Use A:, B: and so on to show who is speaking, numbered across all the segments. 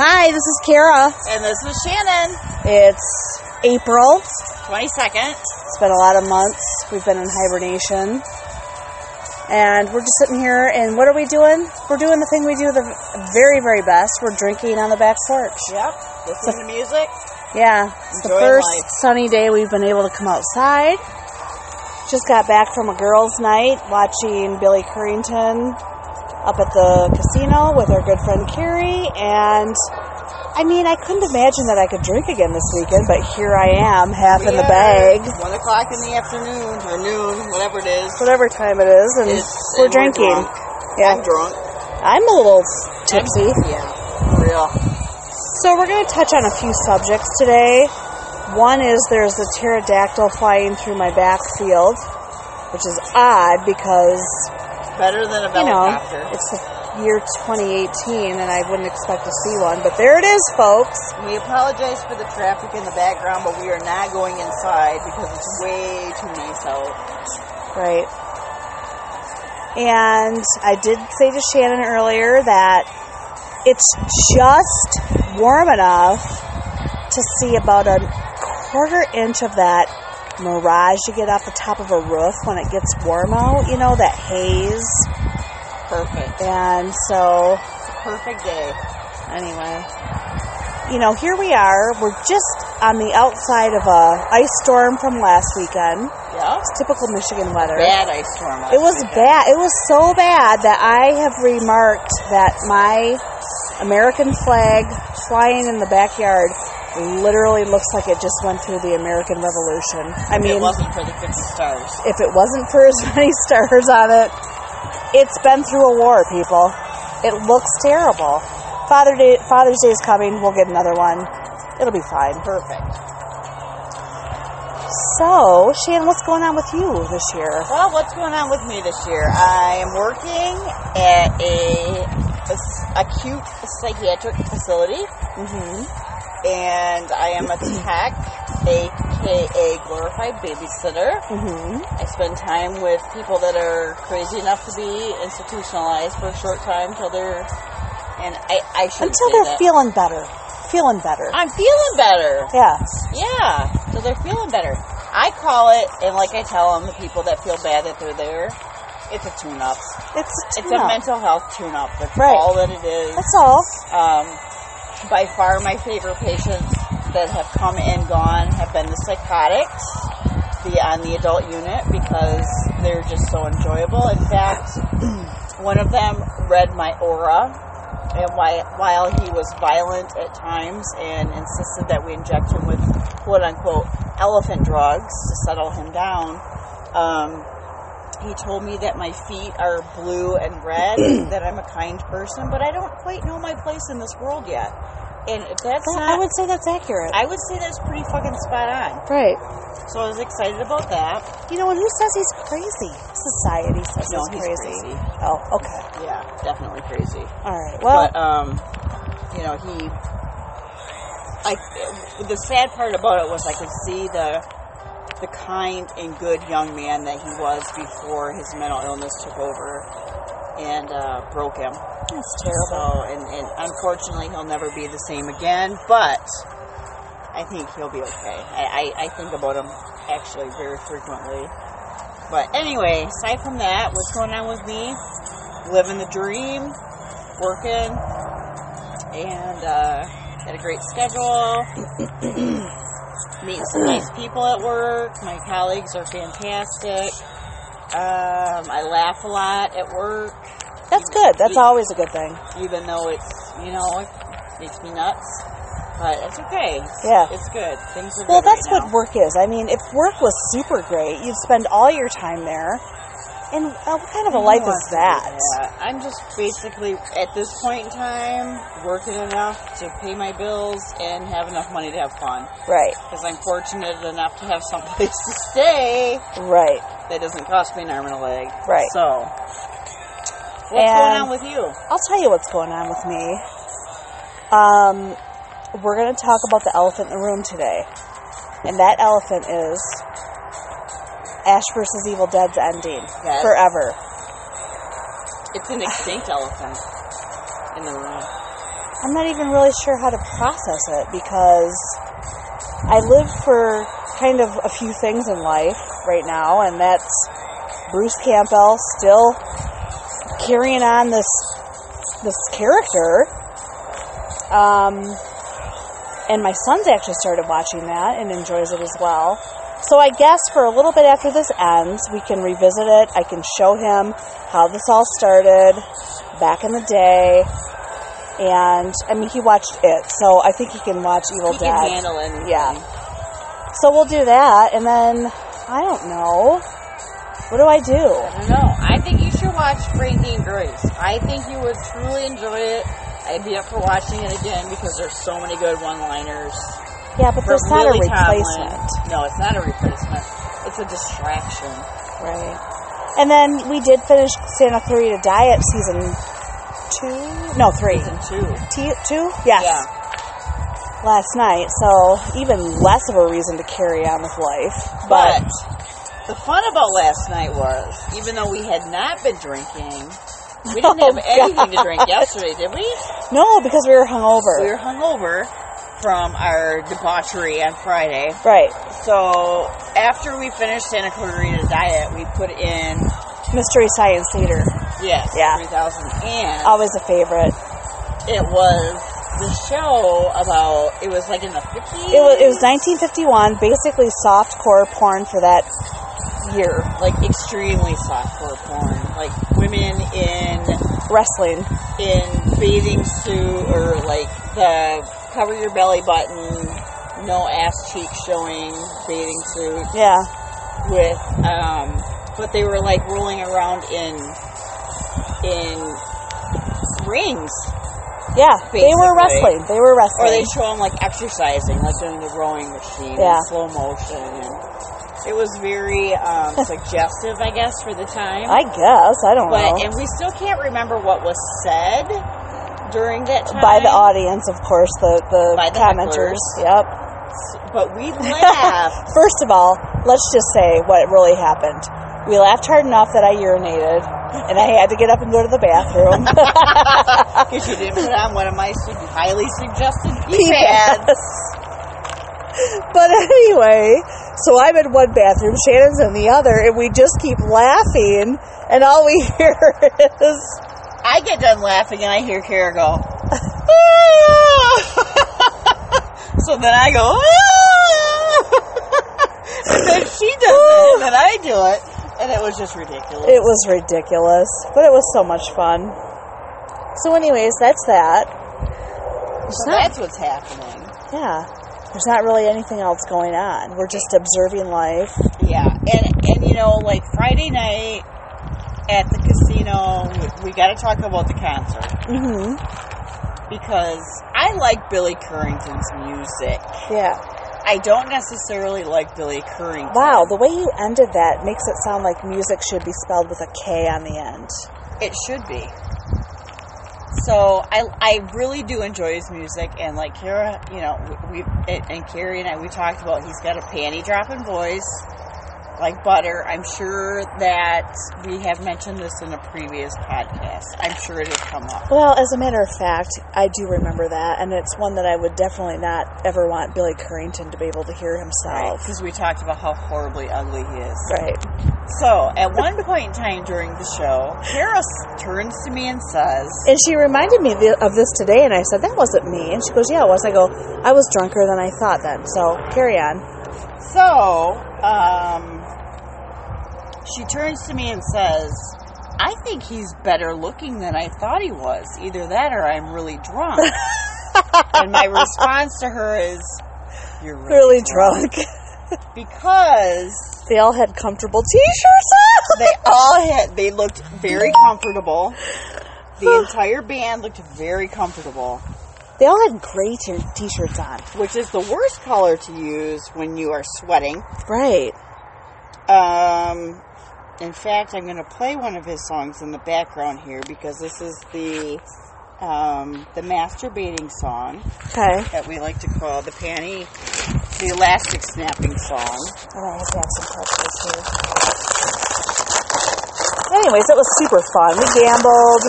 A: Hi, this is Kara.
B: And this was Shannon,
A: It's April.
B: 22nd.
A: It's been a lot of months. We've been in hibernation. And we're just sitting here, and what are we doing? We're doing the thing we do the very, very best. We're drinking on the back porch.
B: Yep. Listen to music.
A: Yeah, it's the
B: Enjoying
A: first
B: life.
A: sunny day we've been able to come outside. Just got back from a girls' night watching Billy Currington up at the casino with our good friend Carrie. And I mean, I couldn't imagine that I could drink again this weekend, but here I am, half in the
B: Yeah.
A: bag,
B: One o'clock in the afternoon or noon, whatever it is.
A: whatever time it is, and
B: It's-
A: we're
B: and we're
A: drinking.
B: drunk.
A: Yeah,
B: I'm drunk.
A: I'm a little tipsy.
B: Yeah. For real.
A: So we're going to touch on a few subjects today. One is there's a pterodactyl flying through my backfield, which is odd because
B: Better than a
A: you know
B: helicopter.
A: it's the year 2018 and I wouldn't expect to see one, but there it is, folks.
B: we apologize for the traffic in the background, but we are not going inside because it's way too nice out.
A: Right. And I did say to Shannon earlier that it's just warm enough to see about a quarter inch of that mirage you get off the top of a roof when it gets warm out, you know, that haze.
B: Perfect.
A: And so,
B: Perfect day.
A: anyway, you know, here we are. We're just on the outside of a ice storm from last weekend.
B: Yeah.
A: It's typical Michigan weather.
B: Bad ice storm. last
A: It was
B: weekend.
A: bad. It was so bad that I have remarked that my American flag flying in the backyard literally looks like it just went through the American Revolution. I
B: It
A: mean,
B: wasn't for the 50 stars.
A: if it wasn't for as many stars on it, it's been through a war, people. It looks terrible. Father Day, Father's Day is coming. We'll get another one. It'll be fine.
B: Perfect.
A: So, Shan, what's going on with you this year?
B: Well, what's going on with me this year? I am working at a s- acute psychiatric facility,
A: Mm-hmm.
B: and I am a tech, aka glorified babysitter.
A: Mm-hmm.
B: I spend time with people that are crazy enough to be institutionalized for a short time until they're, and I, I should
A: Until
B: say
A: they're
B: that.
A: feeling better. Feeling better.
B: I'm feeling better.
A: Yeah.
B: Yeah, so they're feeling better. I call it, and like I tell them, the people that feel bad that they're there, it's a tune-up.
A: It's a
B: It's
A: tune-up.
B: a mental health tune-up. That's
A: Right.
B: all that it is.
A: That's all.
B: Um, by far, my favorite patients that have come and gone have been the psychotics, the on the adult unit because they're just so enjoyable. In fact, one of them read my aura, and why, while he was violent at times and insisted that we inject him with quote unquote elephant drugs to settle him down. Um, he told me that my feet are blue and red, that I'm a kind person, but I don't quite know my place in this world yet. And if that's
A: Well,
B: not,
A: I would say that's accurate.
B: I would say that's pretty fucking spot on.
A: right.
B: So I was excited about that.
A: You know, and who says he's crazy? Society says
B: No,
A: he's,
B: he's
A: crazy.
B: crazy.
A: Oh, okay.
B: Yeah, definitely crazy.
A: All right. Well,
B: but um, you know, he. I, the sad part about it was I could see the the kind and good young man that he was before his mental illness took over and uh, broke him.
A: that's
B: So,
A: terrible.
B: and, and unfortunately, he'll never be the same again, but I think he'll be okay. I, I, I think about him actually very frequently. But anyway, aside from that, what's going on with me? Living the dream, working, and uh, got a great schedule. Meeting some nice people at work. My colleagues are fantastic. Um, I laugh a lot at work
A: that's good. That's
B: you-
A: always a good thing.
B: even though it's you know it makes me nuts, but it's okay.
A: Yeah.
B: It's good. Things are
A: Well,
B: good right
A: that's
B: now.
A: what work is. I mean, if work was super great, you'd spend all your time there. And uh, what kind of a life
B: Who
A: is
B: wants to do
A: that?
B: I'm just basically at this point in time working enough to pay my bills and have enough money to have fun
A: Right.
B: because I'm fortunate enough to have someplace to stay
A: Right.
B: that doesn't cost me an arm and a leg.
A: Right.
B: So. What's going
A: And-
B: on with you?
A: I'll tell you what's going on with me. Um, we're going to talk about the elephant in the room today. And that elephant is Ash versus Evil Dead's ending
B: Yes.
A: forever.
B: It's an extinct elephant in the room.
A: I'm not even really sure how to process it because I live for kind of a few things in life right now, and that's Bruce Campbell still carrying on this this character. Um, and my son's actually started watching that and enjoys it as well. So I guess for a little bit after this ends, we can revisit it. I can show him how this all started back in the day. And I mean, he watched it, so I think he can watch Evil
B: he
A: Dead.
B: can handle anything.
A: Yeah. So we'll do that, and then I don't know. What do I do?
B: I don't know. I think you should watch Frankie and Grace. I think you would truly enjoy it. I'd be up for watching it again because there's so many good one-liners.
A: Yeah, but
B: For
A: there's not a
B: Lily Tomlin.
A: replacement,
B: No, it's not a replacement. It's a distraction.
A: right? And then we did finish Santa Clarita Diet season two, no three,
B: Season two.
A: T- two, yes,
B: Yeah.
A: last night. So even less of a reason to carry on with life. But,
B: But the fun about last night was, even though we had not been drinking, we didn't
A: Oh,
B: have anything to drink
A: God.
B: yesterday, did we?
A: no, because we were hungover,
B: We were hungover from our debauchery on Friday.
A: right?
B: So after we finished Santa Clarita Diet, we put in
A: Mystery Science Theater,
B: yes,
A: Yeah.
B: three thousand, and
A: always a favorite.
B: it was the show about it was like in the fifties.
A: It was it was 1951, basically soft core porn for that year.
B: like extremely softcore porn, like women in
A: Wrestling,
B: in bathing suit or like the cover your belly button, no ass cheek showing bathing suit
A: yeah.
B: with um but they were like rolling around in in rings
A: Yeah, they were
B: Basically.
A: wrestling. They were
B: or they
A: wrestling.
B: show them like exercising like doing the rowing machine
A: Yeah.
B: in slow motion and it was very um, suggestive i guess for the time
A: I guess I don't
B: but
A: know.
B: and we still can't remember what was said during that time
A: By the audience, of course, the the
B: By the
A: commenters. Yep.
B: but we laughed
A: First of all, let's just say what really happened. We laughed hard enough that I urinated, and I had to get up and go to the bathroom.
B: because you didn't put on one of my su- highly suggested pee pads.
A: Yes. But anyway, so I'm in one bathroom, Shannon's in the other, and we just keep laughing, and all we hear is
B: I get done laughing and I hear Kara go. "Ah!" so then I go. "Ah!" and then she does it, and then I do it, and it was just ridiculous.
A: It was ridiculous, but it was so much fun. So, anyways, that's that. There's
B: so
A: not,
B: that's what's happening.
A: yeah, there's not really anything else going on. We're just observing life.
B: Yeah, and and you know, like Friday night at the casino, we, we got to talk about the concert
A: hmm
B: because I like Billy Currington's music.
A: Yeah.
B: I don't necessarily like Billy Currington.
A: Wow, the way you ended that makes it sound like music should be spelled with a K on the end.
B: It should be. So I, I really do enjoy his music, and like Kara, you know, we and and Carrie and I, we talked about he's got a panty dropping voice, like butter. I'm sure that we have mentioned this in a previous podcast. I'm sure it has come up.
A: Well, as a matter of fact, I do remember that, and it's one that I would definitely not ever want Billy Currington to be able to hear himself.
B: Because we talked about how horribly ugly he is.
A: Right.
B: So, at one point in time during the show, Kara s- turns to me and says,
A: And she reminded me th- of this today, and I said, That wasn't me. And she goes, Yeah, it was. I go, I was drunker than I thought then. So carry on.
B: So, um, she turns to me and says, I think he's better looking than I thought he was. Either that or I'm really drunk. and my response to her is, You're
A: Really
B: really,
A: drunk.
B: Because
A: They all had comfortable t shirts
B: they all had, they looked very comfortable. The entire band looked very comfortable,
A: on. They all had gray t shirts on.
B: which is the worst color to use when you are sweating.
A: Right.
B: Um, in fact, I'm going to play one of his songs in the background here because this is the um, the masturbating song
A: Okay.
B: that we like to call the panty, the elastic snapping song.
A: All right, I have to have some pretzels here. Anyways, it was super fun. We gambled.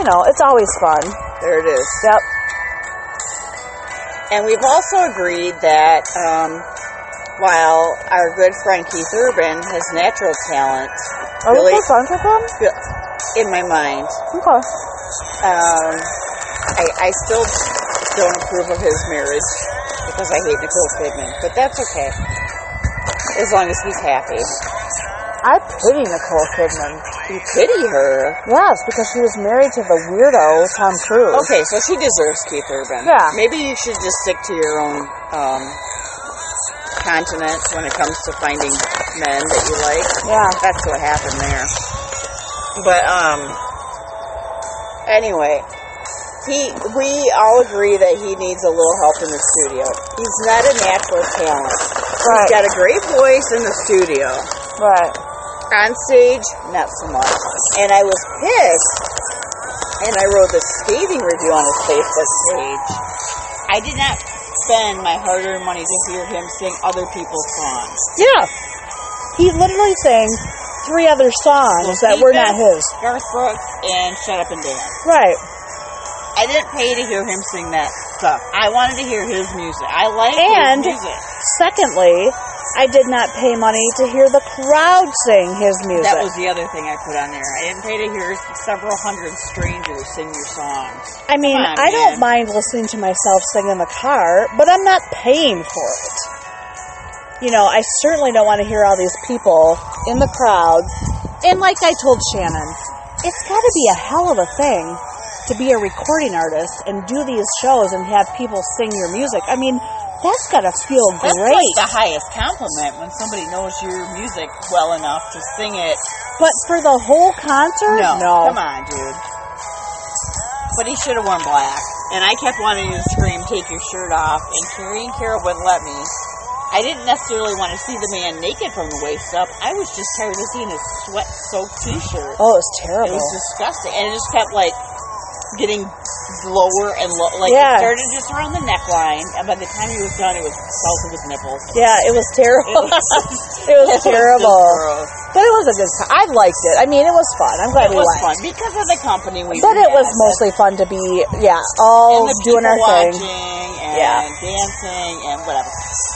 A: You know, it's always fun.
B: There it is.
A: Yep.
B: And we've also agreed that um, while our good Frankie Thurbin has natural talents,
A: Are
B: Really?
A: there still songs with them?
B: in my mind,
A: Okay.
B: um, I, I still don't approve of his marriage because I hate Nicole Kidman, but that's okay. As long as he's happy.
A: I pity Nicole Kidman.
B: You pity her.
A: Yes, because she was married to the weirdo Tom Cruise.
B: Okay, so she deserves Keith Urban.
A: Yeah.
B: Maybe you should just stick to your own um, continent when it comes to finding men that you like.
A: Yeah.
B: That's what happened there. But um, anyway, he we all agree that he needs a little help in the studio. He's not a natural talent. He's
A: Right.
B: got a great voice in the studio.
A: Right.
B: On stage, not so much. And I was pissed, and I wrote a scathing review on his Facebook page. I did not spend my hard-earned money to hear him sing other people's songs.
A: Yeah. He literally sang three other songs that were not his.
B: Garth Brooks and Shut Up and Dance.
A: Right.
B: I didn't pay to hear him sing that stuff. I wanted to hear his music. I like
A: And-
B: his music.
A: Secondly, I did not pay money to hear the crowd sing his music.
B: That was the other thing I put on there. I didn't pay to hear several hundred strangers sing your songs.
A: I mean,
B: Come on,
A: I don't
B: man.
A: mind listening to myself sing in the car, but I'm not paying for it. You know, I certainly don't want to hear all these people in the crowd. And like I told Shannon, it's got to be a hell of a thing to be a recording artist and do these shows and have people sing your music. I mean, that's got to feel
B: That's
A: great.
B: like the highest compliment when somebody knows your music well enough to sing it.
A: but for the whole concert?
B: No, come on, dude. But he should have worn black. And I kept wanting to scream, "Take your shirt off!" And Carrie and Carol wouldn't let me. I didn't necessarily want to see the man naked from the waist up. I was just tired of seeing his sweat-soaked T-shirt.
A: Oh, it was
B: It
A: terrible.
B: was disgusting, and it just kept like getting lower and lower. Like
A: Yes.
B: it started just around the neckline, and by the time he was done, it was south of his nipples.
A: yeah, it was terrible.
B: It
A: it was
B: just
A: terrible.
B: gross.
A: But it was a good time. I liked it. I mean, it was fun. I'm glad
B: It
A: we
B: was fun
A: went.
B: because of the company we.
A: But it
B: had,
A: was mostly fun to be, yeah, all
B: and the
A: doing our
B: people watching
A: thing.
B: and
A: Yeah.
B: dancing and whatever.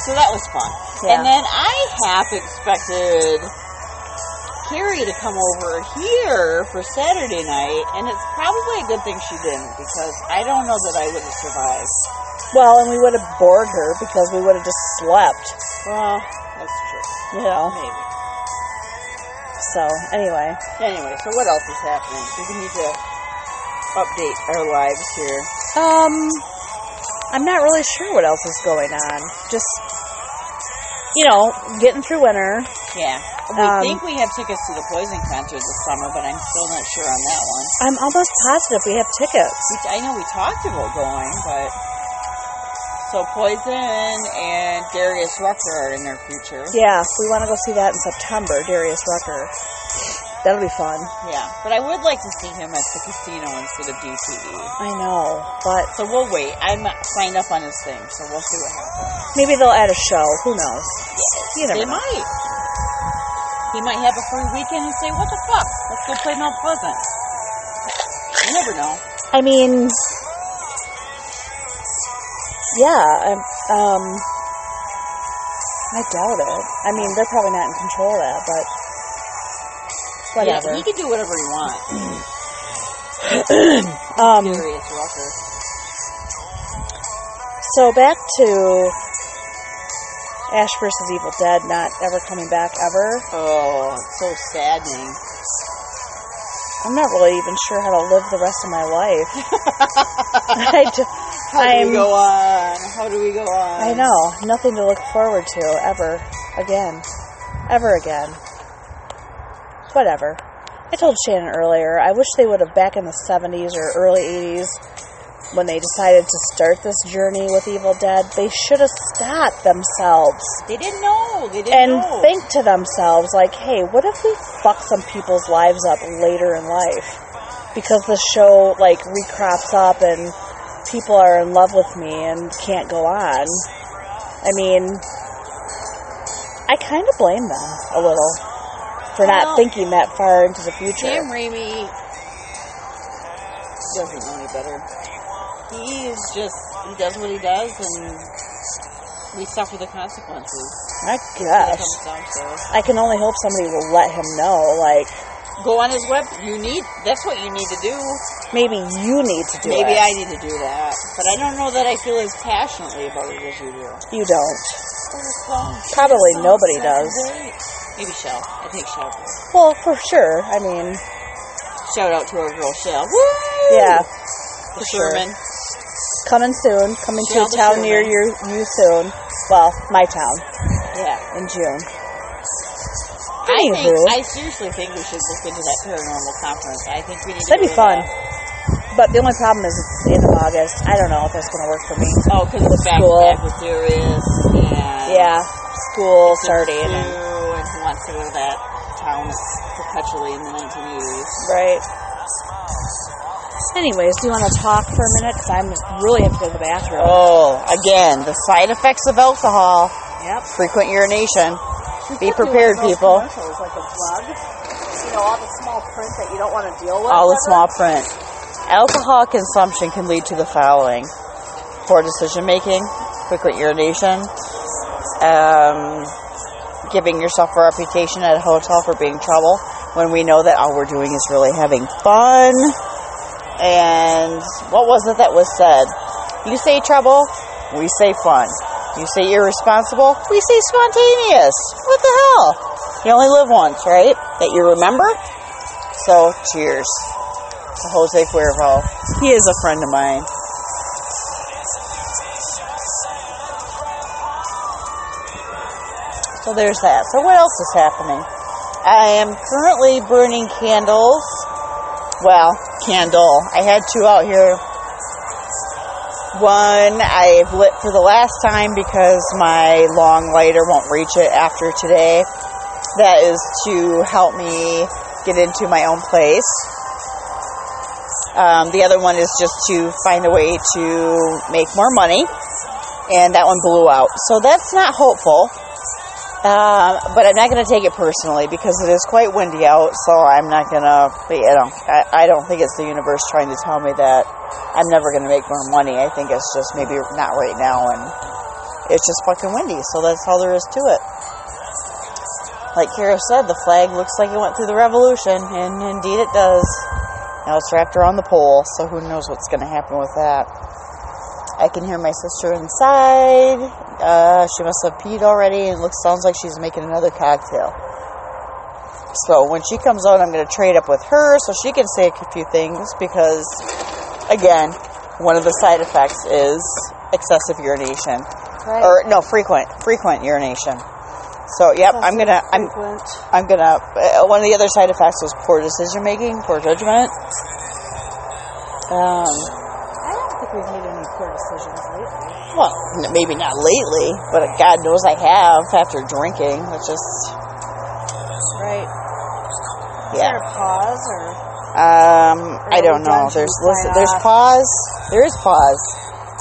B: So that was fun.
A: Yeah.
B: And then I half expected Carrie to come over here for Saturday night, and it's probably a good thing she didn't because I don't know that I would have survived.
A: Well, and we would have bored her because we would have just slept,
B: Well, that's true.
A: you know.
B: Maybe.
A: So, anyway.
B: Anyway, so what else is happening? We need to update our lives here.
A: Um, I'm not really sure what else is going on. Just, you know, getting through winter.
B: Yeah. We
A: Um,
B: think we have tickets to the Poison concert this summer, but I'm still not sure on that one.
A: I'm almost positive we have tickets.
B: We, I know we talked about going, but so Poison and Darius Rucker are in their future.
A: Yeah, we want to go see that in September, Darius Rucker. That'll be fun.
B: Yeah, but I would like to see him at the casino instead of DTE.
A: I know, but
B: So we'll wait. I'm signed up on his thing, so we'll see what happens.
A: maybe they'll add a show. Who knows? You never
B: they
A: know.
B: might. He might have a free weekend and say, "What the fuck? Let's go play Mount Pleasant." You never know.
A: I mean, yeah, I'm- um, I doubt it. I mean, they're probably not in control of that, but whatever.
B: Yeah, he can do whatever he wants.
A: Um,
B: Darius Rucker.
A: so back to Ash versus Evil Dead not ever coming back ever.
B: Oh, it's so saddening.
A: I'm not really even sure how to live the rest of my life. I, d-
B: How do
A: I'm-
B: we go on? How do we go on?
A: I know. Nothing to look forward to ever again. Ever again. Whatever. I told Shannon earlier, I wish they would have back in the 70s or early 80s when they decided to start this journey with Evil Dead, they should have stopped themselves
B: They didn't know. They didn't
A: and
B: know.
A: think to themselves, like, hey, what if we fuck some people's lives up later in life? Because the show, like, recrops up and people are in love with me and can't go on. I mean, I kind of blame them a little for not
B: Well,
A: thinking that far into the future.
B: Sam Raimi doesn't know any better. he is just he does what he does, and we suffer the consequences.
A: My
B: That's what
A: gosh.
B: it comes down to.
A: I can only hope somebody will let him know. Like,
B: Go on his web. You need. That's what you need to do.
A: maybe you need to do it.
B: Maybe I need to do that, but I don't know that I feel as passionately about it as you do.
A: You don't. Probably nobody does.
B: Maybe Shell. I think Shell. does.
A: Well, for sure. I mean,
B: Shout out to our girl Shell. Woo!
A: yeah.
B: the
A: sure.
B: Sherman.
A: Coming soon. Coming to
B: Shall
A: a
B: the
A: town near
B: Sherman.
A: you, you soon. Well, my town
B: Yeah.
A: in June.
B: I think.
A: Anywho.
B: I seriously think we should look into that paranormal conference. I think we need. to
A: That'd be
B: do
A: fun.
B: that.
A: But the only problem is it's in August. I don't know if that's going to work for me.
B: Oh, because it's back
A: School.
B: to back with Darius. And
A: Yeah. School starting. And,
B: Sue, and he wants to go to that town that's perpetually in the 1980s.
A: right. Anyways, do you want to talk for a minute? Because I'm really have to go to the bathroom.
B: Oh, again, the side effects of alcohol,
A: Yep.
B: frequent urination. Be
A: Be
B: prepared, people.
A: Like a drug. You know, all the small print that you don't want to deal with.
B: All the
A: ever.
B: small print. Alcohol consumption can lead to the following poor decision making, frequent urination, um, giving yourself a reputation at a hotel for being trouble when we know that all we're doing is really having fun. And what was it that was said? You say trouble, we say fun. You say irresponsible, we say spontaneous. What the hell? You only live once, right? That you remember? So, cheers to Jose Cuervo. He is a friend of mine. So there's that. So what else is happening? I am currently burning candles. Well, candle. I had two out here. One I've lit for the last time because my long lighter won't reach it after today. That is to help me get into my own place. Um, the other one is just to find a way to make more money, and that one blew out. So that's not hopeful. Um, but I'm not going to take it personally because it is quite windy out. So I'm not going to. You know, I, I don't think it's the universe trying to tell me that I'm never going to make more money. I think it's just maybe not right now, and it's just fucking windy. So that's all there is to it. Like Kara said, the flag looks like it went through the revolution, and indeed it does. Now it's wrapped around the pole, so who knows what's going to happen with that. I can hear my sister inside. Uh, she must have peed already and looks sounds like she's making another cocktail. So when she comes out, I'm going to trade up with her so she can say a few things because, again, one of the side effects is excessive urination
A: Right.
B: or no frequent frequent urination. So yep, I'm gonna I'm
A: Frequent.
B: I'm gonna. Uh, one of the other side effects was poor decision making, poor judgment. Um,
A: I don't think we've made any poor decisions lately.
B: well, n- maybe not lately, but God knows I have after drinking. It's just,
A: Right. Is there
B: yeah.
A: a pause or
B: Um, I don't know.
A: Early
B: There's
A: dungeons,
B: listen,
A: why
B: there's
A: not?
B: pause. There is pause.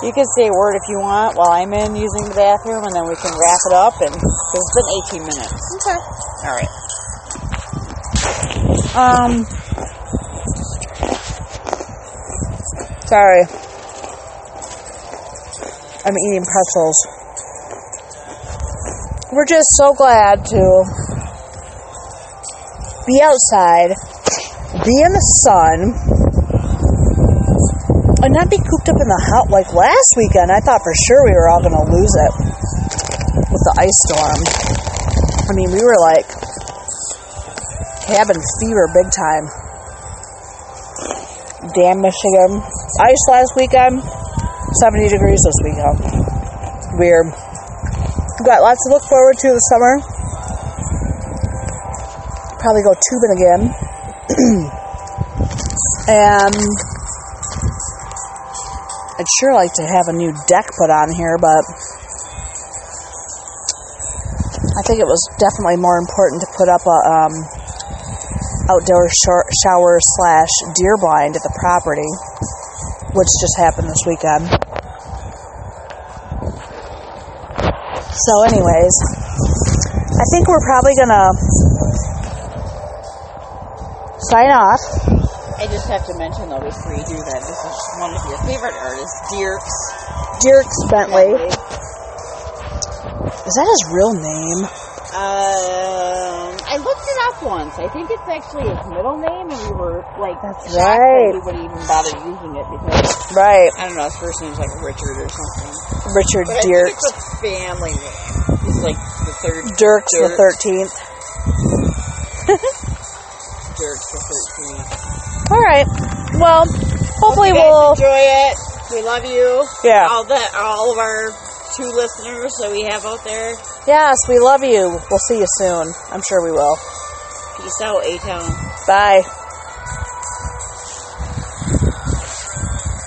B: You can say a word if you want while I'm in using the bathroom, and then we can wrap it up. And 'cause it's been 18 minutes.
A: okay.
B: All right.
A: Um. Sorry. I'm eating pretzels. We're just so glad to be outside, be in the sun, and not be cooped up in the house like last weekend. I thought for sure we were all going to lose it with the ice storm. I mean, we were like cabin fever big time. Damn Michigan. Ice last weekend, 70 degrees this weekend. Weird. We've got lots to look forward to this summer. Probably go tubing again. and I'd sure like to have a new deck put on here, but I think it was definitely more important to put up a um, outdoor shor- shower slash deer blind at the property, which just happened this weekend. So, anyways, I think we're probably gonna sign off
B: I just have to mention though before you do that, this is one of your favorite artists, Dierks
A: Dirks Bentley. Is that his real name?
B: Um, I looked it up once. I think it's actually his middle name, and we were like,
A: That's
B: shocked that
A: right.
B: we would even bother using it because
A: Right.
B: I don't know. His first name's like Richard or something.
A: Richard
B: But I think
A: Dirks.
B: it's a family name. He's like the third
A: Dirks the
B: Dirks.
A: 13th.
B: Dirks the thirteenth.
A: All right. Well, hopefully
B: You guys
A: we'll.
B: enjoy it. We love you.
A: Yeah.
B: All the all of our two listeners that we have out there.
A: Yes, we love you. We'll see you soon. I'm sure we will.
B: Peace out, A Town.
A: Bye.